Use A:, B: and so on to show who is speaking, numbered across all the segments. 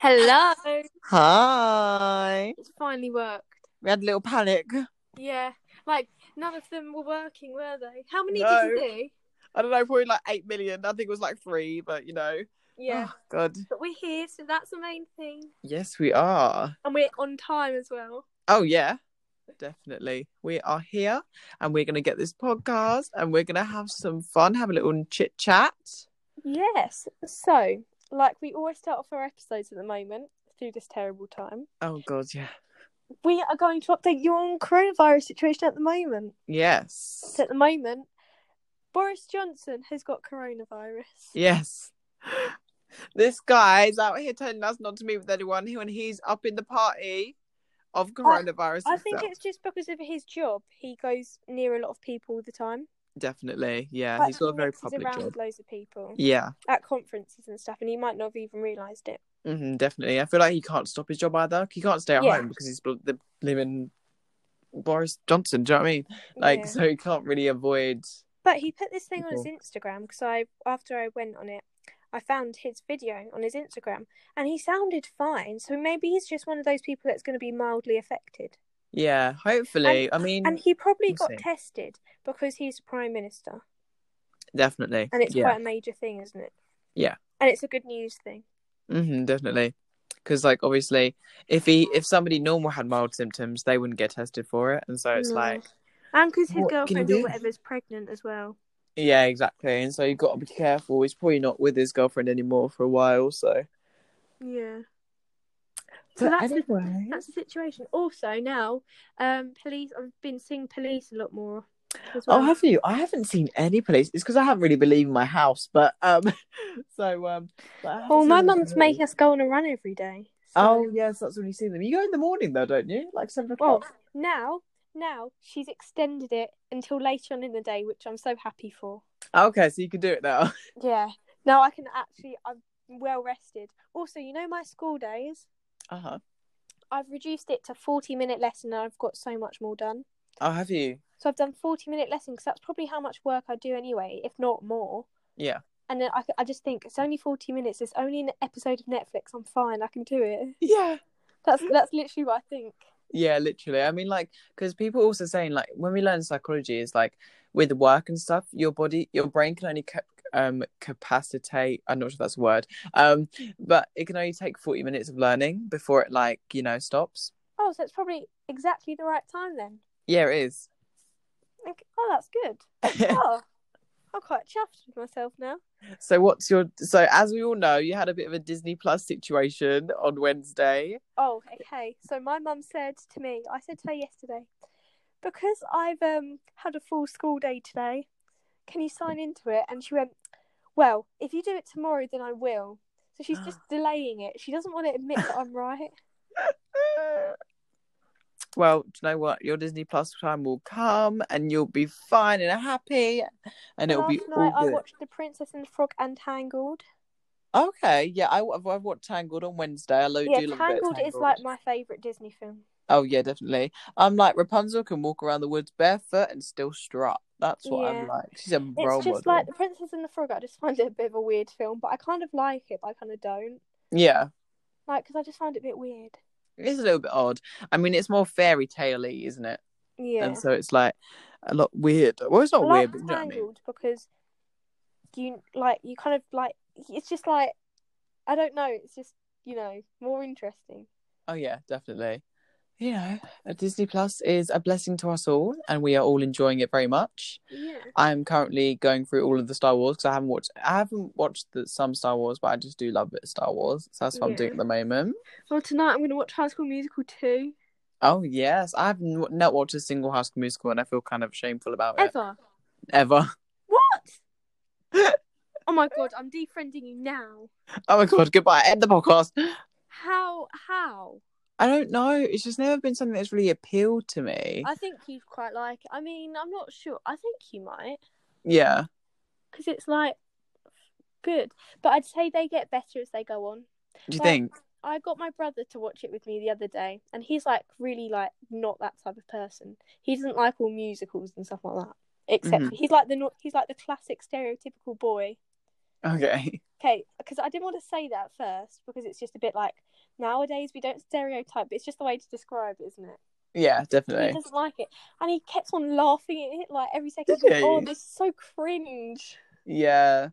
A: Hello.
B: Hi.
A: It's finally worked.
B: We had a little panic.
A: Yeah. Like, none of them were working, were they? How many
B: No.
A: did you do?
B: I don't know, probably like 8 million. I think it was like three, but you know.
A: Yeah.
B: Oh, God.
A: But we're here, so that's the main thing.
B: Yes, we are.
A: And we're on time as well.
B: Oh, yeah. Definitely. We are here and we're going to get this podcast and we're going to have some fun, have a little chit chat.
A: Yes. So, like, we always start off our episodes at the moment through this terrible time.
B: Oh, God. Yeah.
A: We are going to update you on coronavirus situation at the moment.
B: Yes.
A: So at the moment, Boris Johnson has got coronavirus.
B: Yes. This guy's out here telling us not to meet with anyone when he's up in the party of coronavirus.
A: I think
B: itself.
A: it's just because of his job. He goes near a lot of people all the time.
B: Definitely. Yeah.
A: Like,
B: He's got a
A: he
B: very
A: mixes
B: public
A: around
B: job.
A: with loads of people
B: Yeah.
A: at conferences and stuff, and he might not have even realised it.
B: hmm definitely. I feel like he can't stop his job either. He can't stay at
A: Yeah.
B: home because he's bl- the living Boris Johnson. Do you know what I mean? Like,
A: Yeah.
B: so he can't really avoid.
A: But he put this thing on his Instagram because I, after I went on it, I found his video on his Instagram, and he sounded fine. So maybe he's just one of those people that's going to be mildly affected.
B: Yeah, hopefully. I mean,
A: And he probably got
B: Insane.
A: tested because he's prime minister,
B: definitely.
A: and it's
B: yeah,
A: quite a major thing, isn't it?
B: Yeah.
A: And it's a good news thing.
B: hmm definitely. Because, like, obviously, if he if somebody normal had mild symptoms, they wouldn't get tested for it, and so it's
A: No.
B: like,
A: And because his
B: What can you
A: girlfriend
B: do?
A: or whatever's pregnant as well.
B: yeah, exactly. And so you've got to be careful. He's probably not with his girlfriend anymore for a while, so.
A: Yeah. So
B: But
A: that's the-
B: anyway,
A: That's the situation. Also, now, um, police. I've been seeing police a lot more. As well.
B: Oh, have you? I haven't seen any police. It's because I haven't really been leaving my house. But um, so um. but I haven't
A: Well, Oh,
B: seen
A: my
B: any
A: mum's
B: police.
A: making us go on a run every day. so-
B: Oh yes, that's when you see them. You go in the morning though, don't you? Like seven
A: Well,
B: o'clock.
A: now, now she's extended it until later on in the day, which I'm so happy for.
B: Okay, so you can do it now.
A: Yeah. Now I can actually. I'm well rested. Also, you know my school days.
B: Uh huh.
A: I've reduced it to 40 minute lesson, and I've got so much more done.
B: Oh, have you?
A: So I've done 40 minute lesson because that's probably how much work I do anyway, if not more.
B: Yeah.
A: And then I, I just think it's only 40 minutes. It's only an episode of Netflix. I'm fine. I can do it.
B: Yeah.
A: That's that's literally what I think.
B: Yeah, literally. I mean, like, because people are also saying like when we learn psychology is like with work and stuff, your body, your brain can only cap- um capacitate. I'm not sure if that's a word. Um, but it can only take forty minutes of learning before it like you know stops.
A: Oh, so it's probably exactly the right time then.
B: Yeah, it is.
A: Like, oh, that's good. Oh, I'm quite chuffed with myself now.
B: So what's your so as we all know, you had a bit of a Disney Plus situation on Wednesday.
A: Oh, okay. So my mum said to me, I said to her yesterday, because I've um had a full school day today, can you sign into it? And she went, well, if you do it tomorrow, then I will. So she's just delaying it. She doesn't want to admit that I'm right.
B: Uh, Well, do you know what? Your Disney Plus time will come and you'll be fine and happy and it'll
A: Last
B: be all
A: night I
B: good.
A: watched The Princess and the Frog and Tangled.
B: Okay, yeah, I, I've, I've watched Tangled on Wednesday. I lo-
A: yeah,
B: do love a bit of
A: Tangled, is
B: Tangled.
A: like my favourite Disney film.
B: Oh, yeah, definitely. I'm like, Rapunzel can walk around the woods barefoot and still strut. That's what
A: Yeah.
B: I'm like. She's a
A: It's
B: role
A: just
B: model.
A: like The Princess and the Frog. I just find it a bit of a weird film, but I kind of like it, but I kind of don't.
B: Yeah.
A: Like, because I just find it a bit weird.
B: It's a little bit odd. I mean, it's more fairy tale y, isn't it?
A: Yeah.
B: and so it's like a lot weird. Well, it's
A: I
B: not
A: like
B: weird, but you know what I mean.
A: Tangled because you like you kind of like it's just like I don't know. It's just you know more interesting.
B: Oh yeah, definitely. You know, a Disney Plus is a blessing to us all, and we are all enjoying it very much.
A: Yeah.
B: I'm currently going through all of the Star Wars because I haven't watched. I haven't watched the, some Star Wars, but I just do love a bit of Star Wars. So that's what I'm doing
A: Yeah.
B: at the moment.
A: Well, tonight I'm going to watch High School Musical two.
B: Oh yes, I've n- not watched a single High School Musical, and I feel kind of shameful about it
A: Ever
B: ever.
A: what? oh my god! I'm defriending you now.
B: Oh my god, goodbye. End the podcast.
A: How? How?
B: I don't know. It's just never been something that's really appealed to me.
A: I think you'd quite like. It. I mean, I'm not sure. I think you might
B: Yeah.
A: because it's like good, but I'd say they get better as they go on.
B: Do you
A: Like,
B: think?
A: I got my brother to watch it with me the other day, and he's like really like not that type of person. He doesn't like all musicals and stuff like that. Except
B: Mhm.
A: for- he's like the nor- he's like the classic stereotypical boy.
B: Okay.
A: Okay, because I didn't want to say that at first because it's just a bit like nowadays we don't stereotype, but it's just the way to describe it, isn't it?
B: Yeah,
A: He
B: definitely.
A: doesn't like it, and he kept on laughing at it like every second.
B: Did
A: Like, oh,
B: he?
A: this is so cringe.
B: Yeah.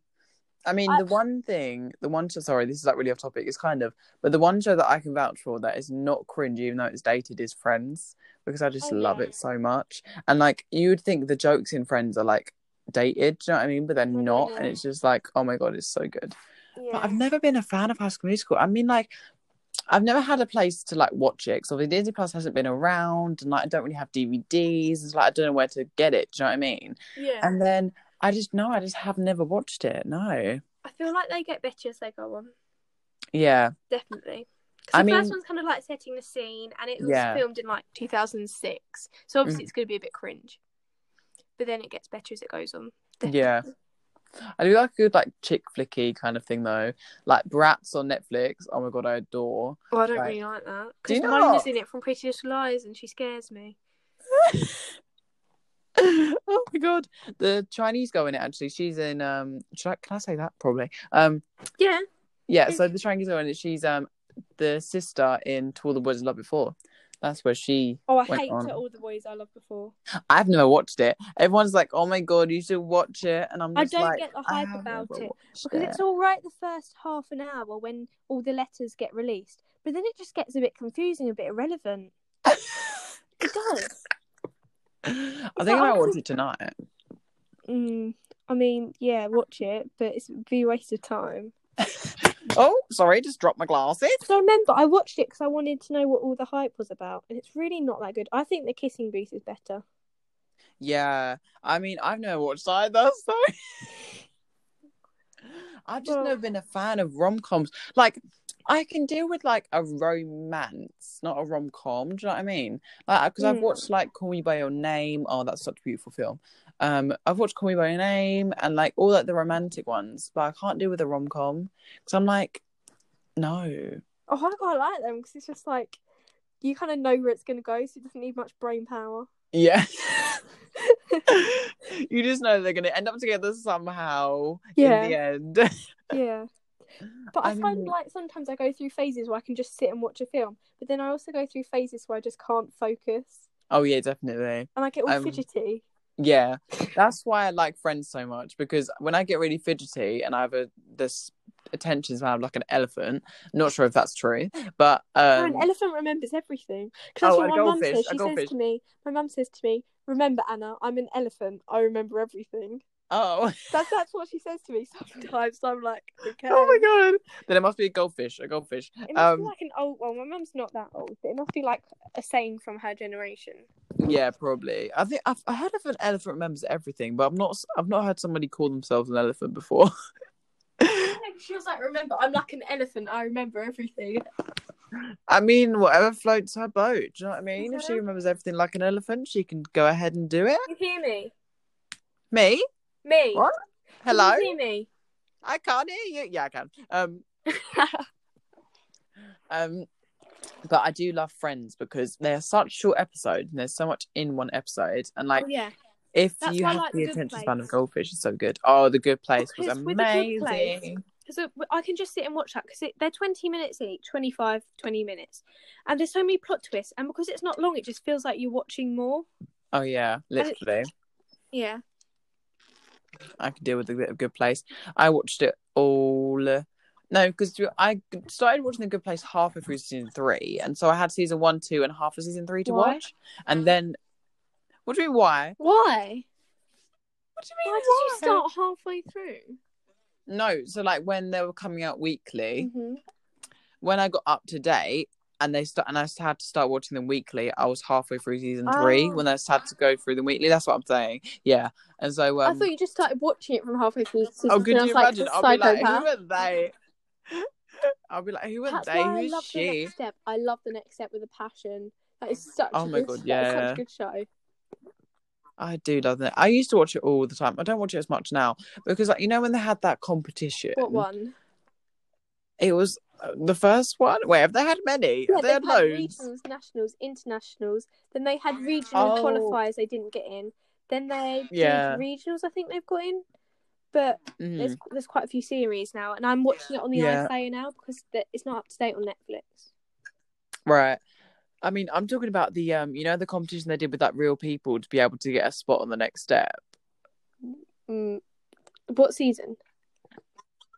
B: I mean,
A: I-
B: the one thing, the one show, sorry, this is like really off topic, it's kind of, but the one show that I can vouch for that is not cringe, even though it's dated, is Friends, because I just
A: Oh,
B: love
A: yeah.
B: it so much. And like, you would think the jokes in Friends are like dated, do you know what I mean? But they're
A: Mhm.
B: not. And it's just like, oh my God, it's so good. But
A: Yeah,
B: I've never been a fan of High School Musical. I mean, like, I've never had a place to like watch it because obviously Disney Plus hasn't been around, and like, I don't really have DVDs. It's like I don't know where to get it. Do you know what I mean?
A: yeah.
B: And then I just no, I just have never watched it. No,
A: I feel like they get better as they go on.
B: yeah,
A: Definitely. 'Cause the
B: I mean-
A: first one's kind of like setting the scene, and it was
B: Yeah. Mm.
A: filmed in like 2006, so obviously it's going to be a bit cringe. But then it gets better as it goes on.
B: yeah. I do like a good like chick flicky kind of thing though, like Brats on Netflix. Oh my god, I adore.
A: Well, I don't
B: Right.
A: really like that
B: Do you
A: because Molly's
B: not?
A: in it from Pretty Little Lies, and she scares me.
B: oh my god, the Chinese girl in it actually. She's in um. Should I, can I say that? Probably. Um.
A: Yeah.
B: Yeah,
A: Mm.
B: so the Chinese girl in it, she's um the sister in To All the Boys I Loved Before. That's where she.
A: Oh, I
B: Went
A: hate
B: on.
A: to all the boys I loved before.
B: I've never watched it. Everyone's like, "Oh my god, you should watch it," and I'm
A: I
B: just
A: don't
B: like,
A: get the
B: "I
A: hype
B: have
A: about
B: never
A: it,
B: watched
A: Because
B: it."
A: it's all right the first half an hour when all the letters get released, but then it just gets a bit confusing, a bit irrelevant. It does.
B: I
A: It's
B: think I
A: like,
B: might
A: I
B: watch
A: could-
B: it tonight.
A: Mm, I mean, yeah, watch it, but it's it'd be a waste of time.
B: Oh, sorry, just dropped my glasses.
A: So remember, I watched it because I wanted to know what all the hype was about, and it's really not that good. I think the kissing booth is better.
B: Yeah, I mean, I've never watched either, so I've just
A: Well-
B: never been a fan of rom coms. Like, I can deal with like a romance, not a rom com. Do you know what I mean? Like, because I've
A: Mm.
B: watched like Call Me by Your Name. Oh, that's such a beautiful film. Um, I've watched Call Me by Your Name and like all like the romantic ones, but I can't deal with a rom com because I'm like, no.
A: Oh, I quite like them because it's just like you kind of know where it's going to go, so it doesn't need much brain power.
B: Yeah. you just know they're gonna end up together somehow
A: Yeah.
B: in the end.
A: Yeah. But I,
B: I
A: find
B: mean-
A: like sometimes I go through phases where I can just sit and watch a film, but then I also go through phases where I just can't focus
B: oh yeah, definitely.
A: and I get all
B: Um,
A: fidgety.
B: Yeah, that's why I like Friends so much because when I get really fidgety and I have a this attention span of like an elephant, not sure if that's true, but
A: Oh,
B: um,
A: an elephant remembers everything. 'Cause that's
B: Oh,
A: what
B: a
A: my mum says.
B: goldfish, a
A: She says
B: goldfish.
A: to me, my mum says to me, remember Anna, I'm an elephant. I remember everything.
B: oh,
A: That's that's what she says to me sometimes. I'm like, okay.
B: oh my god, then it must be a goldfish, a goldfish.
A: It must
B: Um,
A: be like an old one. My mum's not that old, but it must be like a saying from her generation.
B: yeah, probably. I think I've I heard of an elephant remembers everything, but I've not I've not heard somebody call themselves an elephant before.
A: She was like, remember, I'm like an elephant. I remember everything.
B: I mean, whatever floats her boat. Do you know what I mean? If she
A: Mhm.
B: remembers everything like an elephant, she can go ahead and do it.
A: You hear me?
B: Me?
A: Me?
B: What? Hello?
A: Can you hear me?
B: I can't hear you. Yeah, I can. Um, um, but I do love Friends because they are such short episodes and there's so much in one episode. And like,
A: oh, yeah.
B: if
A: That's
B: you
A: why I
B: have
A: like
B: the
A: The Good
B: attention span of
A: Place.
B: goldfish, it's so good. Oh, the Good Place
A: Because
B: was
A: with The Good Place-
B: amazing.
A: Because I can just sit and watch that because they're 20 minutes each, 25, 20 minutes. And there's so many plot twists. And because it's not long, it just feels like you're watching more.
B: Oh yeah,
A: it-
B: literally,
A: Yeah.
B: I could deal with a bit of Good Place. I watched it all. uh, No, because I started watching The Good Place halfway through season three, and so I had season one, two, and half of season three to
A: Why?
B: watch. And then, what do you mean? Why?
A: Why?
B: What do
A: Why did
B: you mean?
A: you start halfway through?
B: No, so like when they were coming out weekly,
A: Mm-hmm.
B: when I got up to date and they start and I s- had to start watching them weekly, I was halfway through season three
A: Oh.
B: when I s- had to go through them weekly. That's what I'm saying. Yeah, and so
A: I
B: um,
A: thought you just started watching it from halfway through. Season
B: oh,
A: three.
B: could
A: I
B: you
A: was like,
B: imagine?
A: "This
B: I'll be like,
A: psychopath."
B: who are they? I'll be like, who are
A: That's
B: they?
A: why I
B: Who's
A: love the
B: she?
A: next step. I love the next step with a passion. That is such.
B: Oh
A: a
B: my
A: good,
B: God,
A: that's such a
B: yeah.
A: good show.
B: I do love that. I used to watch it all the time. I don't watch it as much now because, like, you know, when they had that competition,
A: What one?
B: it was uh, the first one. Wait, have they had many?
A: Yeah,
B: have they had
A: they've had
B: loads.
A: regionals, nationals, internationals. Then they had regional
B: Oh.
A: qualifiers they didn't get in. Then they did
B: Yeah.
A: regionals. I think they've got in. but
B: Mhm.
A: there's there's quite a few series now, and I'm watching it on the
B: Yeah.
A: iPlayer now because th- it's not up to date on Netflix.
B: Right. I mean, I'm talking about the um, you know, the competition they did with like real people to be able to get a spot on the next step.
A: Mm. What season?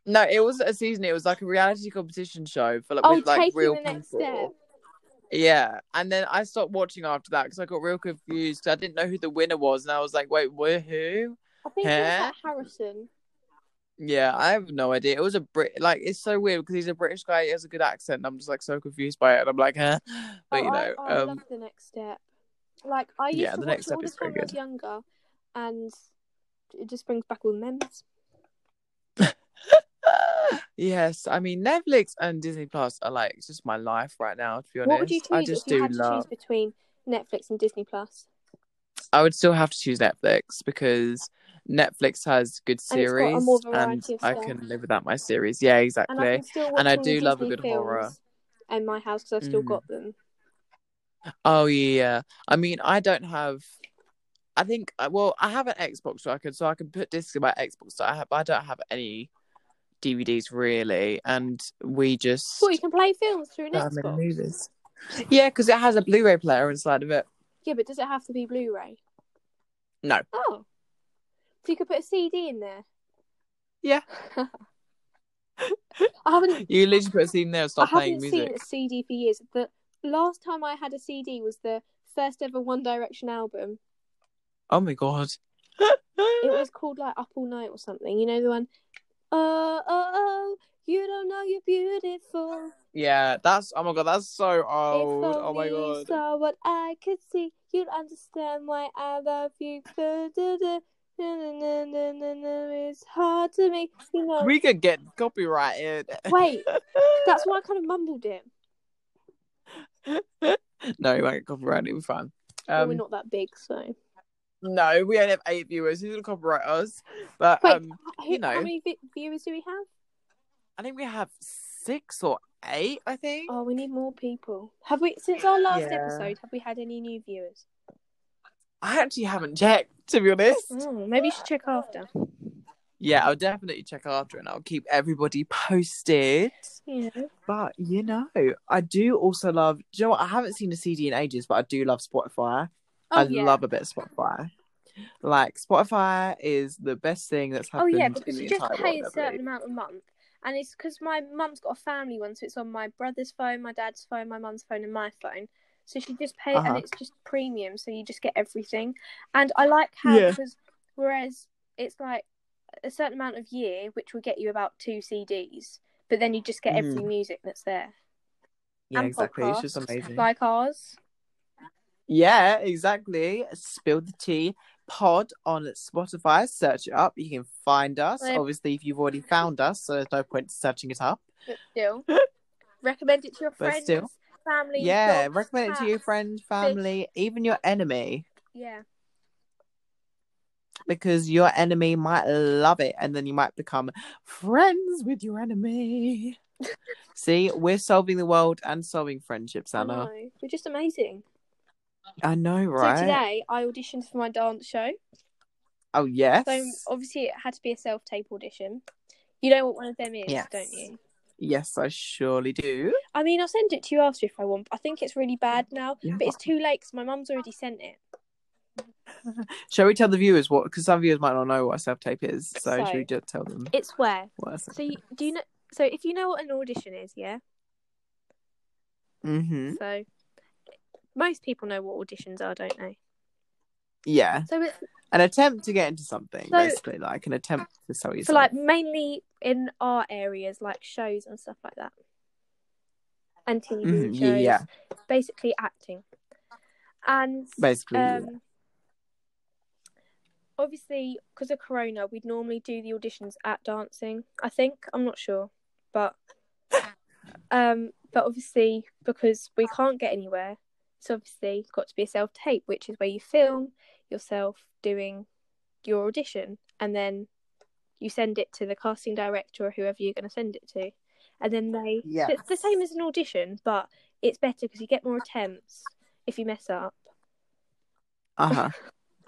B: No, it wasn't a season. It was like a reality competition show for like
A: Oh,
B: with like
A: taking
B: real
A: the next
B: people.
A: step.
B: Yeah, and then I stopped watching after that because I got real confused 'cause I didn't know who the winner was, and I was like, "Wait, we're who?"
A: I think
B: Huh?
A: it was at Harrison.
B: Yeah, I have no idea. It was a Brit. Like, it's so weird because he's a British guy. He has a good accent. and I'm just like so confused by it, and I'm like, "Huh?" But
A: oh,
B: you
A: I,
B: know,
A: oh, I
B: um,
A: love the next step. Like I used
B: yeah,
A: to
B: The
A: watch
B: Next
A: it all
B: Step
A: the
B: is very
A: time when I was younger, and it just brings back all the memories.
B: yes, I mean Netflix and Disney Plus are like just my life right now. To be honest,
A: What would you
B: I
A: choose
B: just
A: if you
B: do
A: had to
B: love.
A: choose between Netflix and Disney Plus?
B: I would still have to choose Netflix because Netflix has good
A: And it's got a
B: series,
A: more
B: and
A: variety of
B: I
A: stuff.
B: can live without my series. Yeah,
A: And I
B: exactly.
A: can still watch
B: And I
A: all the
B: do love a
A: Disney
B: good
A: films
B: horror.
A: in my house because I've still
B: Mhm.
A: got them.
B: Oh yeah, I mean, I don't have. I think uh, well, I have an Xbox, so I can so I can put discs in my Xbox. So I have, I don't have any DVDs really, and we just
A: Well, you can play films through an
B: don't have many
A: Xbox.
B: movies. Yeah, because it has a Blu-ray player inside of it.
A: Yeah, but does it have to be Blu-ray?
B: No.
A: Oh, so you could put a CD in there.
B: Yeah.
A: I haven't.
B: You literally put a scene there and start
A: I
B: playing
A: haven't
B: music.
A: seen a CD for years. The last time I had a CD was the first ever One Direction album.
B: Oh my god.
A: It was called like Up All Night or something. You know the one. Oh, oh, oh, you don't know you're beautiful.
B: Yeah, that's oh my god, that's so old.
A: if
B: Oh
A: only
B: my
A: you
B: god.
A: saw what I could see, you'd understand why I love you. Du-du-du. Na-na-na-na-na-na. It's hard to make you know.
B: We could get copyrighted.
A: Wait, that's why I kind of mumbled it.
B: no, we won't get copyrighted, it'll be fine.
A: Well, we're
B: Um
A: not that big, so.
B: no, we only have eight viewers, who's gonna copyright us? But
A: Wait,
B: um
A: who,
B: you know.
A: how many vi- viewers do we have?
B: I think we have six or eight, I think.
A: Oh, we need more people. Have we since our last
B: Yeah.
A: episode? Have we had any new viewers?
B: I actually haven't checked, to be honest.
A: Oh, maybe you should check after.
B: Yeah, I'll definitely check after and I'll keep everybody posted.
A: Yeah.
B: But you know, I do also love. Do you know what? I haven't seen a CD in ages, but I do love Spotify.
A: Oh
B: I
A: yeah.
B: love a bit of Spotify. Like Spotify is the best thing that's
A: Oh
B: happened.
A: yeah, because
B: in
A: you
B: the
A: just
B: entire
A: pay a
B: world, I
A: certain
B: believe.
A: amount a month, and it's because my mum's got a family one, so it's on my brother's phone, my dad's phone, my mum's phone, and my phone. So she just pay,
B: Uh-huh.
A: and it's just premium, so you just get everything. And I like how
B: Yeah.
A: because whereas it's like a certain amount of year, which will get you about two CDs, but then you just get every music that's there,
B: Mm. Yeah,
A: and
B: exactly. It's just
A: podcasts,
B: amazing.
A: like ours.
B: yeah, exactly. Spill the tea pod on Spotify. Search it up. You can find us.
A: Well-
B: Obviously, if you've already found us, so there's no point searching it up.
A: But still, recommend it to your
B: But
A: friends,
B: still.
A: family.
B: yeah,
A: dogs,
B: recommend it to your
A: cats.
B: friends, family, even your enemy.
A: Yeah,
B: because your enemy might love it and then you might become friends with your enemy. See, we're solving the world and solving friendships,
A: I
B: Anna.
A: know. We're just amazing.
B: I know, right?
A: Oh So today I auditioned for my dance show.
B: oh, yes.
A: So obviously it had to be a self tape audition. You know what one of them is,
B: Yes.
A: don't you?
B: Yes, I surely do.
A: I mean, I'll send it to you after if I want. but I think it's really bad now,
B: Yeah.
A: but it's too late because my mum's already sent it.
B: Shall we tell the viewers what? Because some viewers might not know what self tape is. So,
A: So-
B: should we just tell them?
A: It's where.
B: What a self
A: So you, do you know? So if you know what an audition is, yeah.
B: Mm-hmm.
A: So most people know what auditions are, don't they?
B: Yeah,
A: So it's
B: an attempt to get into something,
A: So-
B: basically, like an attempt to sell
A: for
B: yourself.
A: like mainly in our areas, like shows and stuff like that, and TV
B: Mhm,
A: shows.
B: yeah, yeah.
A: Basically acting, and
B: basically,
A: Um, obviously, because of Corona, we'd normally do the auditions at dancing. I think I'm not sure, but um, but obviously because we can't get anywhere, it's obviously got to be a self tape, which is where you film yourself doing your audition, and then you send it to the casting director or whoever you're going to send it to, and then they.
B: yeah.
A: It's the same as an audition, but it's better because you get more attempts if you mess up.
B: Uh huh.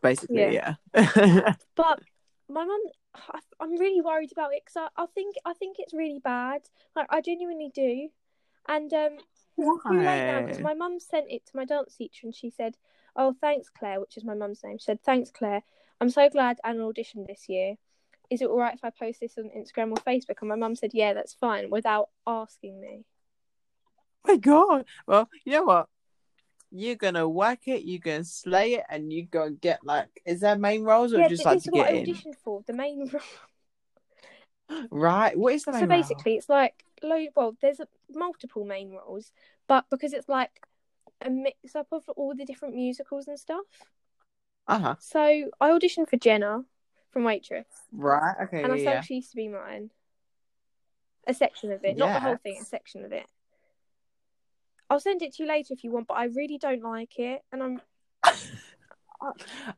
B: Basically, Uh-huh. yeah.
A: But my mum I- I'm really worried about it because I, I think I think it's really bad. Like I genuinely do, and um, too late now because my mum sent it to my dance teacher and she said, "Oh, thanks, Claire," which is my mum's name. She said, "Thanks, Claire. I'm so glad Anna auditioned this year. Is it all right if I post this on Instagram or Facebook?" And my mum said, "Yeah, that's fine," without asking me.
B: my god. Well, you know what? You're gonna work it, you're gonna slay it, and you go and get like is there main roles or
A: yeah,
B: just
A: th-
B: like
A: this
B: to
A: is what
B: get
A: I
B: in?
A: auditioned for. The main role.
B: Right. What is the main
A: so
B: role?
A: basically, it's like low. Well, there's a, multiple main roles, but because it's like a mix up of all the different musicals and stuff.
B: Uh-huh.
A: So I auditioned for Jenna from Waitress,
B: Right, okay,
A: and I
B: yeah,
A: sang
B: Oh, yeah.
A: She Used to Be Mine. A section of it, not the whole thing, a
B: Yes.
A: section of it. I'll send it to you later if you want, but I really don't like it, and I'm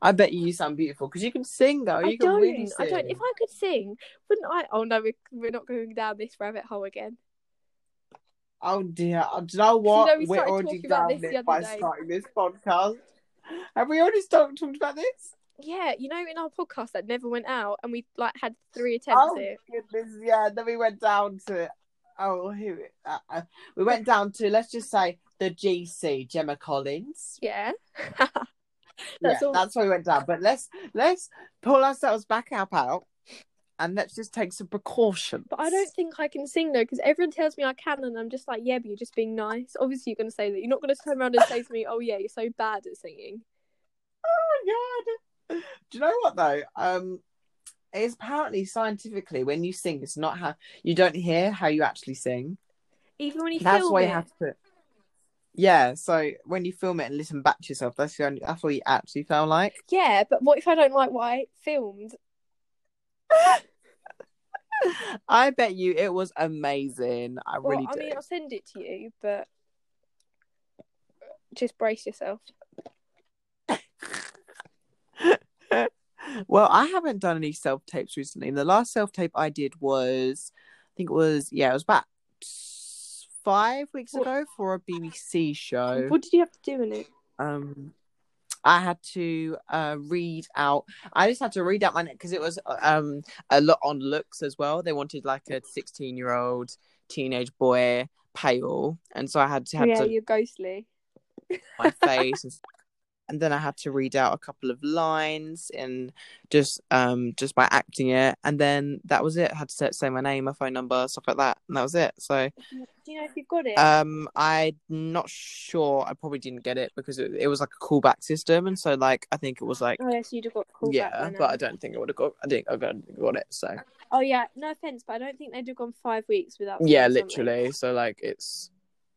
B: I bet you sound beautiful because you can sing though. Oh, You
A: I
B: can
A: don't
B: really sing.
A: I don't. If I could sing, wouldn't I? Oh no, we're, we're not going down this rabbit hole again.
B: Oh dear! Uh, Do
A: 'Cause
B: you know
A: you know
B: what?
A: we
B: We're
A: started
B: already
A: talking about
B: down
A: this the
B: it
A: other
B: by
A: day.
B: starting this podcast. Have we already start- talked about this?
A: Yeah, you know, in our podcast that never went out, and we like had three attempts
B: oh
A: at it.
B: goodness! Yeah. Then we went down to oh who uh, uh, we went down to let's just say the GC Gemma Collins.
A: Yeah,
B: That's
A: That's
B: yeah,
A: all-
B: that's where we went down. But let's let's pull ourselves back up out and let's just take some precautions.
A: but I don't think I can sing though because everyone tells me I can, and I'm just like, yeah, but you're just being nice. Obviously, you're going to say that. You're not going to turn around and say to me, oh yeah, you're so bad at singing.
B: Oh my god! Do you know what though? Um, it's apparently scientifically when you sing, it's not how you don't hear how you actually sing.
A: Even when you
B: That's
A: film
B: why
A: it,
B: you have to. Yeah, so when you film it and listen back to yourself, that's the only, that's what you actually sound like.
A: yeah. But what if I don't like what I filmed?
B: I bet you it was amazing. I
A: Well,
B: really
A: I
B: do.
A: mean, I'll send it to you, but just brace yourself.
B: Well, I haven't done any self tapes recently. The last self tape I did was, I think it was, yeah, it was about five weeks
A: What-
B: ago for a BBC show.
A: What did you have to do in it?
B: um I had to uh, read out. I just had to read out my neck because it was um, a lot on looks as well. They wanted like a sixteen-year-old teenage boy, pale, and so I had to had
A: yeah,
B: to
A: you're ghostly.
B: my face, and, and then I had to read out a couple of lines and just um just by acting it, and then that was it. I had to say, say my name, my phone number, stuff like that, and that was it. So
A: Do you know if you've got it?
B: um, I'm not sure. I probably didn't get it because it, it was like a callback system, and so like I think it was like
A: oh yes, you'd have got called back by
B: yeah,
A: now.
B: but I don't think I would have got. I think I got got it. So
A: Oh yeah, no offense, but I don't think they'd have gone five weeks without.
B: yeah,
A: saying something.
B: literally. So like it's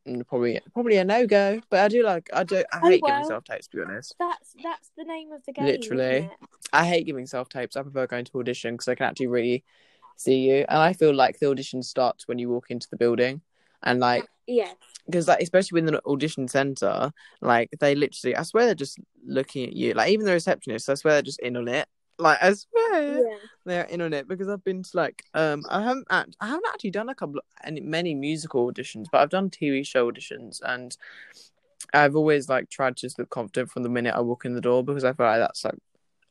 B: mm, probably probably a no go. But I do like I do. I
A: Oh,
B: hate
A: well.
B: giving self tapes. To be honest,
A: That's that's the name of the game.
B: Literally.
A: Isn't it?
B: I hate giving self tapes. I prefer going to audition because I can actually really see you. And I feel like the audition starts when you walk into the building, and like
A: Yeah.
B: because like especially within an audition center, like they literally, I swear they're just looking at you. Like even the receptionist, I swear they're just in on it. Like I swear
A: Yeah.
B: they're in on it because I've been to like um I haven't act- I haven't actually done a couple and many musical auditions, but I've done TV show auditions and I've always like tried to just look confident from the minute I walk in the door because I feel like that's like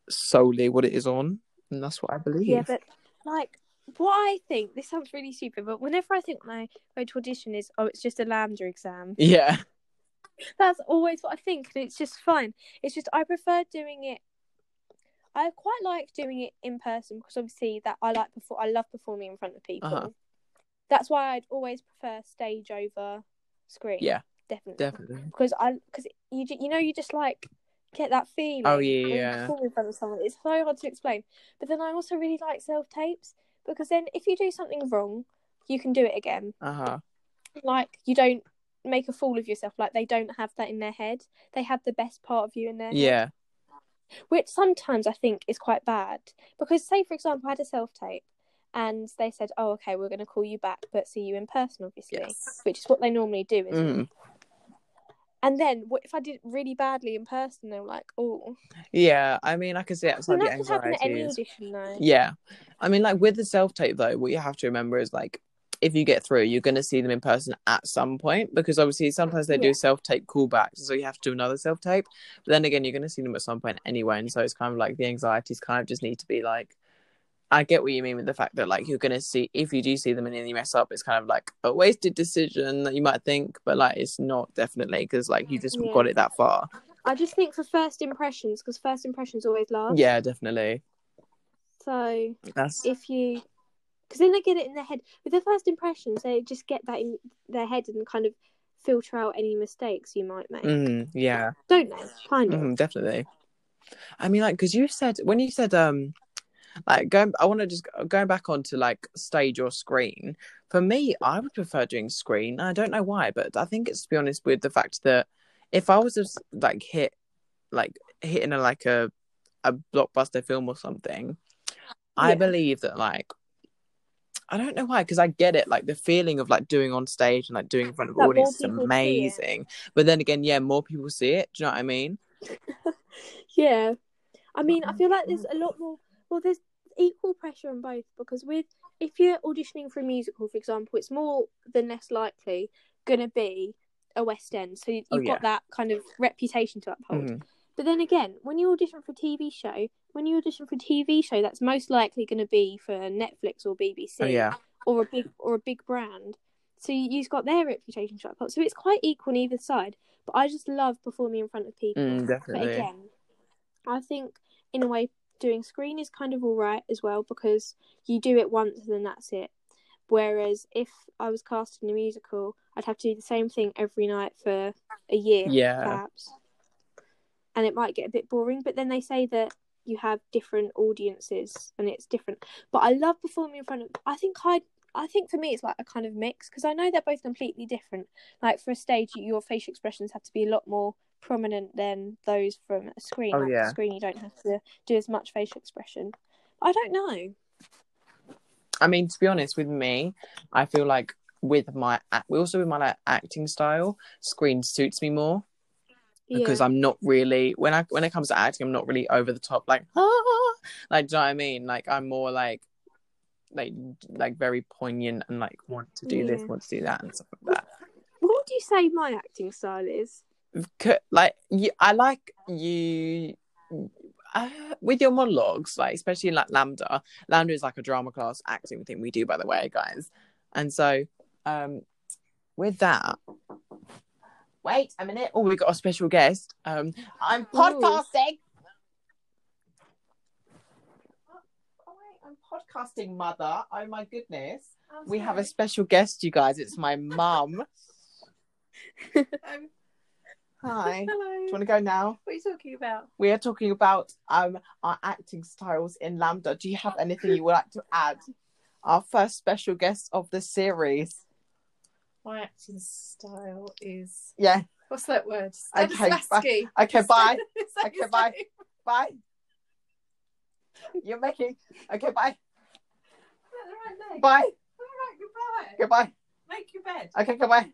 B: solely what it is on and that's what I believe.
A: Yeah, but like what I think this sounds really stupid, but whenever I think when I go to audition is oh it's just a lambda exam.
B: yeah.
A: That's always what I think, and it's just fine. It's just I prefer doing it. I quite like doing it in person because obviously that I like before I love performing in front of people.
B: Uh-huh.
A: That's why I'd always prefer stage over screen.
B: Yeah.
A: definitely.
B: Definitely.
A: because I because you ju- you know you just like get that feeling.
B: Oh, yeah,
A: when you
B: yeah.
A: perform in front of someone. It's so hard to explain. But then I also really like self tapes because then if you do something wrong, you can do it again.
B: Uh-huh.
A: Like you don't make a fool of yourself. Like they don't have that in their head. They have the best part of you in their head,
B: Yeah.
A: which sometimes I think is quite bad. Because say for example, I had a self tape. And they said, "Oh, okay, we're going to call you back, but see you in person, obviously,"
B: Yes.
A: which is what they normally do, isn't it?
B: Mm.
A: And then, what if I did it really badly in person? They were like, "Oh,
B: Yeah, I mean, I can see
A: I mean,
B: outside the
A: that could happen at any
B: anxieties.
A: audition, though."
B: Yeah, I mean, like with the self tape though, what you have to remember is like if you get through, you're gonna see them in person at some point because obviously sometimes they
A: Yeah.
B: do self tape callbacks, so you have to do another self tape. But then again, you're gonna see them at some point anyway, and so it's kind of like the anxieties kind of just need to be like I get what you mean with the fact that like you're gonna see if you do see them and then you mess up, it's kind of like a wasted decision that you might think, but like it's not definitely because like you just
A: Yeah.
B: got it that far.
A: I just think for first impressions, because first impressions always last.
B: Yeah, definitely.
A: So
B: That's
A: if you, because then they get it in their head. With their first impressions, they just get that in their head and kind of filter out any mistakes you might make.
B: mm, yeah.
A: Don't they? Kind of.
B: Mhm, definitely. I mean, like, because you said when you said um, like going, I want to just going back onto like stage or screen. For me, I would prefer doing screen. I don't know why, but I think it's to be honest with the fact that if I was just like hit, like hitting a like a a blockbuster film or something, I
A: Yeah.
B: believe that like. I don't know why, because I get it. Like the feeling of like doing on stage and like doing in front of
A: That more
B: audience is
A: people see it.
B: amazing. But then again, yeah, more people see it. Do you know what I mean?
A: Yeah. I mean, I feel like there's a lot more. Well, there's equal pressure on both because with if you're auditioning for a musical, for example, it's more than less likely gonna be a West End, so you, you've
B: Oh, yeah.
A: got that kind of reputation to uphold.
B: Mhm.
A: But then again, when you audition for a TV show, when you audition for a TV show, that's most likely going to be for Netflix or BBC
B: Oh, yeah.
A: or a big or a big brand. So you- you've got their reputation shot up. So it's quite equal on either side. But I just love performing in front of people.
B: Mm,
A: But
B: definitely.
A: again, I think in a way doing screen is kind of all right as well because you do it once and then that's it. Whereas if I was cast in a musical, I'd have to do the same thing every night for a year,
B: Yeah.
A: perhaps. And it might get a bit boring, but then they say that you have different audiences and it's different. But I love performing in front of. I think I. I think for me it's like a kind of mix because I know they're both completely different. Like for a stage, your facial expressions have to be a lot more prominent than those from a screen.
B: Oh,
A: like
B: yeah.
A: a screen you don't have to do as much facial expression. I don't know.
B: I mean, to be honest, with me, I feel like with my act- also with my like, acting style, screen suits me more because I'm not really when I when it comes to acting, I'm not really over the top like ah, like do you know what I mean? Like I'm more like like like very poignant and like want to do this,
A: Yeah.
B: want to do that, and stuff like that.
A: What would you say my acting style is?
B: C- like you, I like you uh, with your monologues, like especially like Lambda. Lambda is like a drama class acting thing we do, by the way, guys. And so, um, with that, wait a minute. Oh, we got a special guest. Um, I'm podcasting. Oh, wait, I'm podcasting, mother. Oh my goodness. We have a special guest, you guys. It's my mum. Um, hi. Do
A: Hello.
B: you want to go now?
A: What are you talking about?
B: we are talking about um our acting styles in Lambda. Do you have anything you would like to add? Our first special guest of the series.
C: My acting style is
B: Yeah.
C: what's that word?
B: Okay,
C: Stanislavski.
B: Okay. Bye.
C: Is that
B: Okay,
C: his
B: bye.
C: name?
B: Bye. You're making. Okay. Bye.
C: Is that the right name?
B: Bye.
C: All right, goodbye.
B: Goodbye.
C: Make your bed.
B: Okay. Goodbye.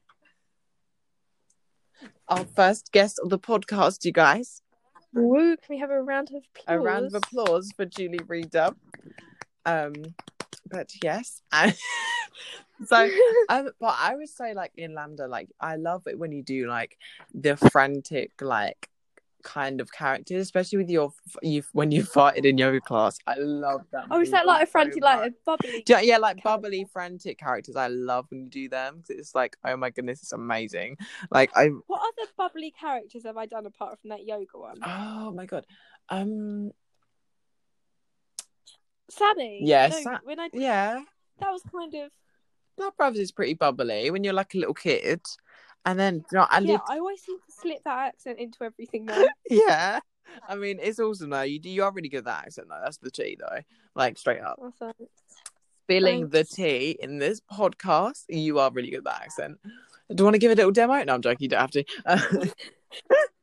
B: Our first guest of the podcast, you guys.
A: Woo! Can we have a round of applause?
B: A round of applause for Julie Reader. Um, but yes, and so um, but I would say like in Lambda, like I love it when you do like the frantic like kind of characters, especially with your you when you farted in yoga class. I love that.
A: oh, is that
B: movement
A: like a
B: so
A: frantic, like
B: much.
A: a bubbly?
B: Do you- yeah, like bubbly, frantic characters. I love when you do them because it's like, oh my goodness, it's amazing. Like I,
A: What other bubbly characters have I done apart from that yoga one?
B: oh my god, um,
A: Sammy.
B: Yeah,
A: No,
B: Sa-
A: when I
B: yeah,
A: that was kind of
B: Blood Brothers is pretty bubbly when you're like a little kid, and then you know, I
A: yeah.
B: lived
A: I always seem to slip that accent into everything now.
B: yeah. I mean, it's awesome though. You you are really good at that accent though. That's the tea though. Like straight up,
A: Oh, sorry.
B: spilling the tea in this podcast. You are really good at that accent. Do you want to give a little demo? No, I'm joking. You don't have to. Uh,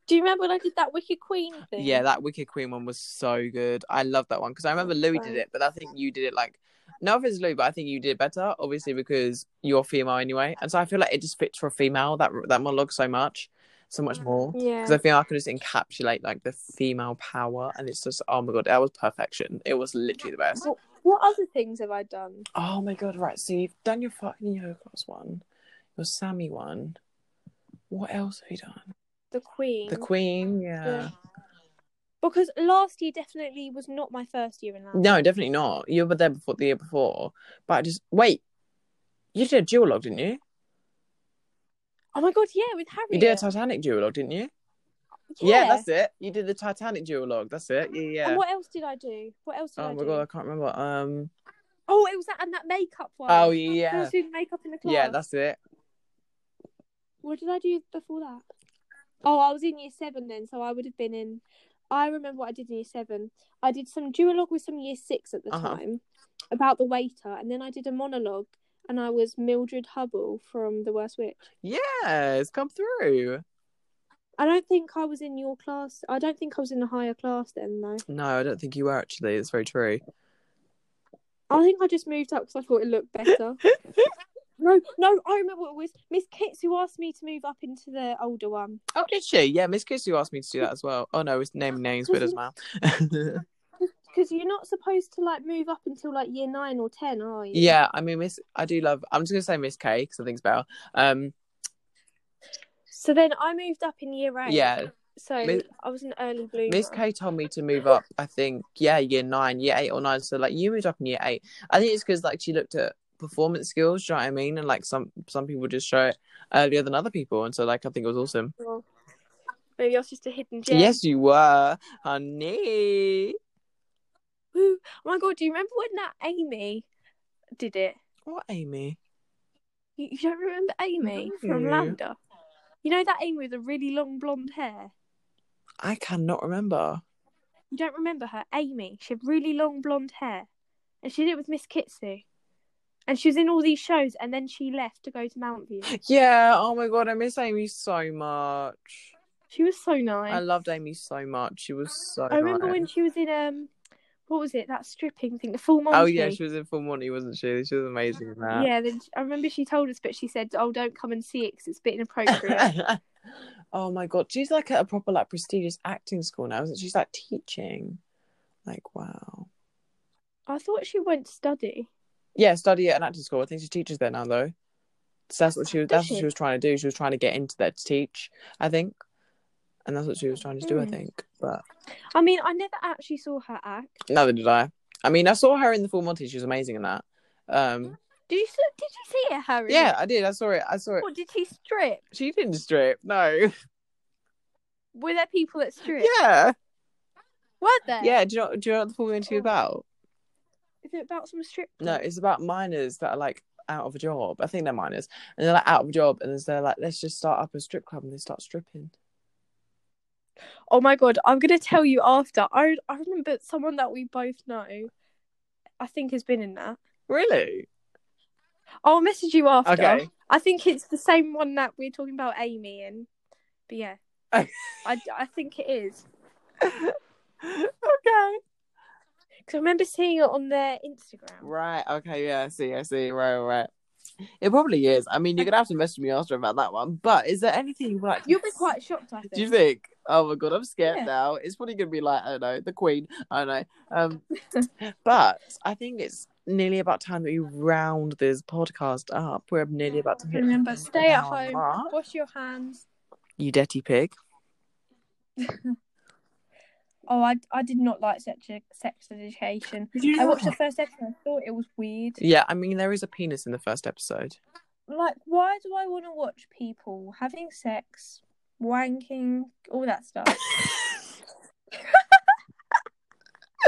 A: Do you remember when I did that Wicked Queen thing?
B: yeah, that Wicked Queen one was so good. I love that one because I remember Louis did it, but I think you did it like. No offense, Louis, but I think you did better, obviously because you're female anyway, and so I feel like it just fits for a female that that monologue so much, so much more.
A: yeah.
B: because I feel I could just encapsulate like the female power, and it's just oh my god, that was perfection. It was literally the best.
A: What other things have I done?
B: Oh my god, right? So you've done your fucking yoga class one, your Sammy one. What else have you done?
A: The Queen.
B: The Queen, yeah.
A: Because last year definitely was not my first year in lab.
B: No, definitely not. You were there before the year before, but I just wait. You did a dual log, didn't you?
A: Oh my god, yeah, with Harry.
B: You did a Titanic dual log, didn't you? Yeah. that's it. You did the Titanic dual log. That's it. Yeah, yeah.
A: And what else did I do? What else did
B: oh
A: I
B: my
A: do?
B: god, I can't remember. Um.
A: Oh, it was that and that makeup one.
B: Oh
A: I
B: yeah,
A: was doing makeup in the class.
B: yeah. That's it.
A: What did I do before that? Oh, I was in year seven then, so I would have been in. I remember what I did in year seven. I did some duologue with some year six at the
B: Uh-huh.
A: time about the waiter, and then I did a monologue, and I was Mildred Hubble from The Worst Witch.
B: Yes, come through.
A: I don't think I was in your class. I don't think I was in a higher class then, though.
B: No, I don't think you were actually. It's very true.
A: I think I just moved up because I thought it looked better. no, no, I remember what it was. Miss Kits who asked me to move up into the older one.
B: Oh, did she? Yeah, Miss Kitsu asked me to do that as well. Oh no, it's naming names, but it doesn't matter.
A: Because you're not supposed to like move up until like year nine or ten, are you?
B: yeah, I mean, Miss, I do love. I'm just gonna say Miss K because I think it's better. Um,
A: So then I moved up in year eight.
B: yeah,
A: So
B: Miss-
A: I was an early bloomer.
B: Miss K told me to move up. I think yeah, year nine, year eight or nine. So like you moved up in year eight. I think it's because like she looked at performance skills. Do you know what I mean? And like some some people just show it earlier than other people, and so like I think it was awesome.
A: Well, maybe I was just a hidden gem.
B: Yes, you were, honey.
A: Woo. Oh my god, do you remember when that Amy did it?
B: What, Amy?
A: You, you don't remember Amy from
B: No.
A: Lander? You know that Amy with the really long blonde hair?
B: I cannot remember.
A: You don't remember her? Amy. She had really long blonde hair. And she did it with Miss Kitsu. And she was in all these shows and then she left to go to Mount View.
B: Yeah. Oh my god, I miss Amy so much.
A: She was so nice.
B: I loved Amy so much. She was so.
A: I remember
B: nice.
A: when she was in um what was it, that stripping thing, the full Monty.
B: Oh yeah, she was in Full Monty, wasn't she? She was amazing in that.
A: Yeah, then she- I remember she told us, but she said, "Oh, don't come and see it 'cause it's a bit inappropriate."
B: oh my god, she's like at a proper like prestigious acting school now, isn't she? She's like teaching. Like wow.
A: I thought she went to study.
B: Yeah, study at an acting school. I think she teaches there now though. So that's what she was.
A: Does
B: That's what
A: she?
B: she was trying to do. She was trying to get into there to teach. I think, and that's what she was trying to do. I
A: Mm.
B: think, but
A: I mean, I never actually saw her act.
B: neither did I. I mean, I saw her in the Full Monty. She was amazing in that. Um,
A: Did you? s- Did you see it, Harry?
B: yeah, I did. I saw it. I saw it.
A: What did she strip?
B: She didn't strip. No.
A: Were there people that stripped?
B: Yeah. Oh.
A: Were there?
B: Yeah. Do you know? Do you know what the Full Monty is about?
A: Is it about some strip?
B: No,
A: club?
B: it's about minors that are like out of a job. I think they're minors, and they're like out of a job, and they're like, let's just start up a strip club, and they start stripping.
A: Oh my god, I'm gonna tell you after. I I remember someone that we both know. I think has been in that.
B: Really?
A: I'll message you after.
B: Okay.
A: I think it's the same one that we're talking about, Amy, and but yeah, I
B: Okay.
A: I think it is
B: okay.
A: because I remember seeing it on their Instagram.
B: Right. Okay. Yeah. I see. I see. Right. Right. It probably is. I mean, you're gonna have to message me after about that one. But is there anything you would like? to-
A: You'll be quite shocked, I think.
B: Do you think? Oh my god, I'm scared
A: Yeah.
B: now. It's probably gonna be like I don't know the Queen. I don't know. Um, but I think it's nearly about time that we round this podcast up. We're nearly about to hit.
A: Remember,
B: the
A: stay at
B: hour
A: home,
B: mark.
A: wash your hands.
B: You dirty pig.
A: Oh, I, I did not like sex sex education. I watched the first episode. and I thought it was weird.
B: Yeah, I mean there is a penis in the first episode.
A: Like, why do I want to watch people having sex, wanking, all that stuff?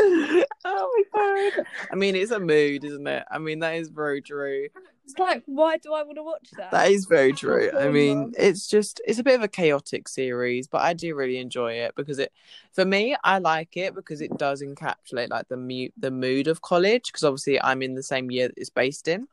B: oh my god. I mean it's a mood, isn't it? I mean that is very true.
A: it's like, why do I want to watch that?
B: That is very true. I
A: going
B: mean,
A: on?
B: it's just it's a bit of a chaotic series, but I do really enjoy it because it for me I like it because it does encapsulate like the mu- the mood of college because obviously I'm in the same year that it's based in.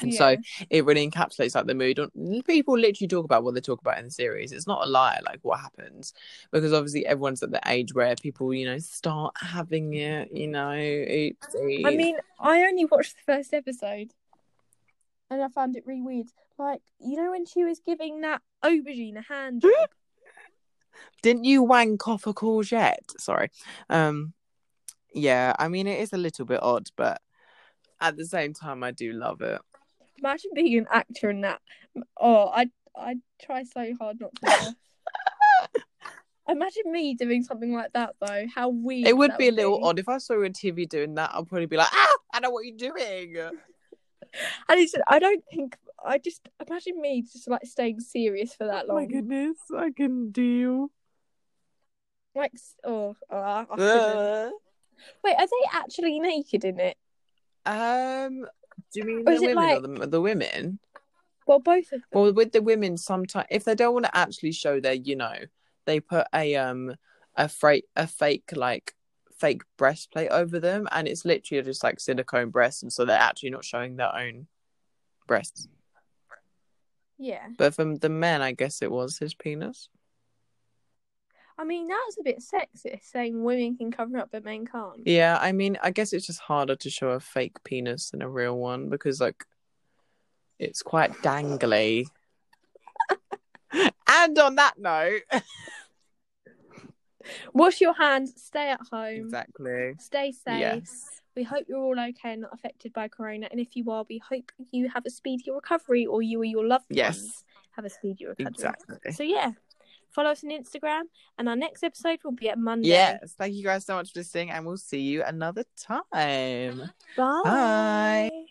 B: And so it really encapsulates like the mood on people literally talk about what they talk about in the series it's not a lie like what happens because obviously everyone's at the age where people you know start having it you know oopsies.
A: I mean, I only watched the first episode, and I found it really weird. Like, you know when she was giving that aubergine a hand job?
B: didn't you wank off a courgette sorry um yeah i mean it is a little bit odd but at the same time i do love it
A: Imagine being an actor in that. Oh, I I try so hard not to. laugh. Imagine me doing something like that though. How weird.
B: It would
A: that
B: be a little odd if I saw you on TV doing that. I'd probably be like, ah, I know what you're doing.
A: And it's, I don't think I just imagine me just like staying serious for that long.
B: Oh goodness, I can deal.
A: Like s- oh, oh, I- I couldn't.
B: Uh,
A: wait, are they actually naked in it?
B: um, do you mean
A: Or
B: the
A: is it
B: women or the, the women?
A: Well, both of them.
B: Well, with the women, sometimes if they don't want to actually show their, you know, they put a um a freight a fake like fake breastplate over them, and it's literally just like silicone breasts, and so they're actually not showing their own breasts.
A: Yeah.
B: But from the men, I guess it was his penis.
A: I mean, that's a bit sexist saying women can cover up but men can't.
B: Yeah, I mean, I guess it's just harder to show a fake penis than a real one because, like, it's quite dangly. and on that note,
A: Wash your hands, stay at home,
B: exactly.
A: stay safe.
B: Yes.
A: We hope you're all okay and not affected by corona. And if you are, we hope you have a speedy recovery or you or your loved
B: Yes.
A: ones have a speedy recovery.
B: Exactly.
A: So, yeah, follow us on Instagram. And our next episode will be at Monday.
B: Yes. Thank you guys so much for listening, and we'll see you another time.
A: Bye.
B: Bye.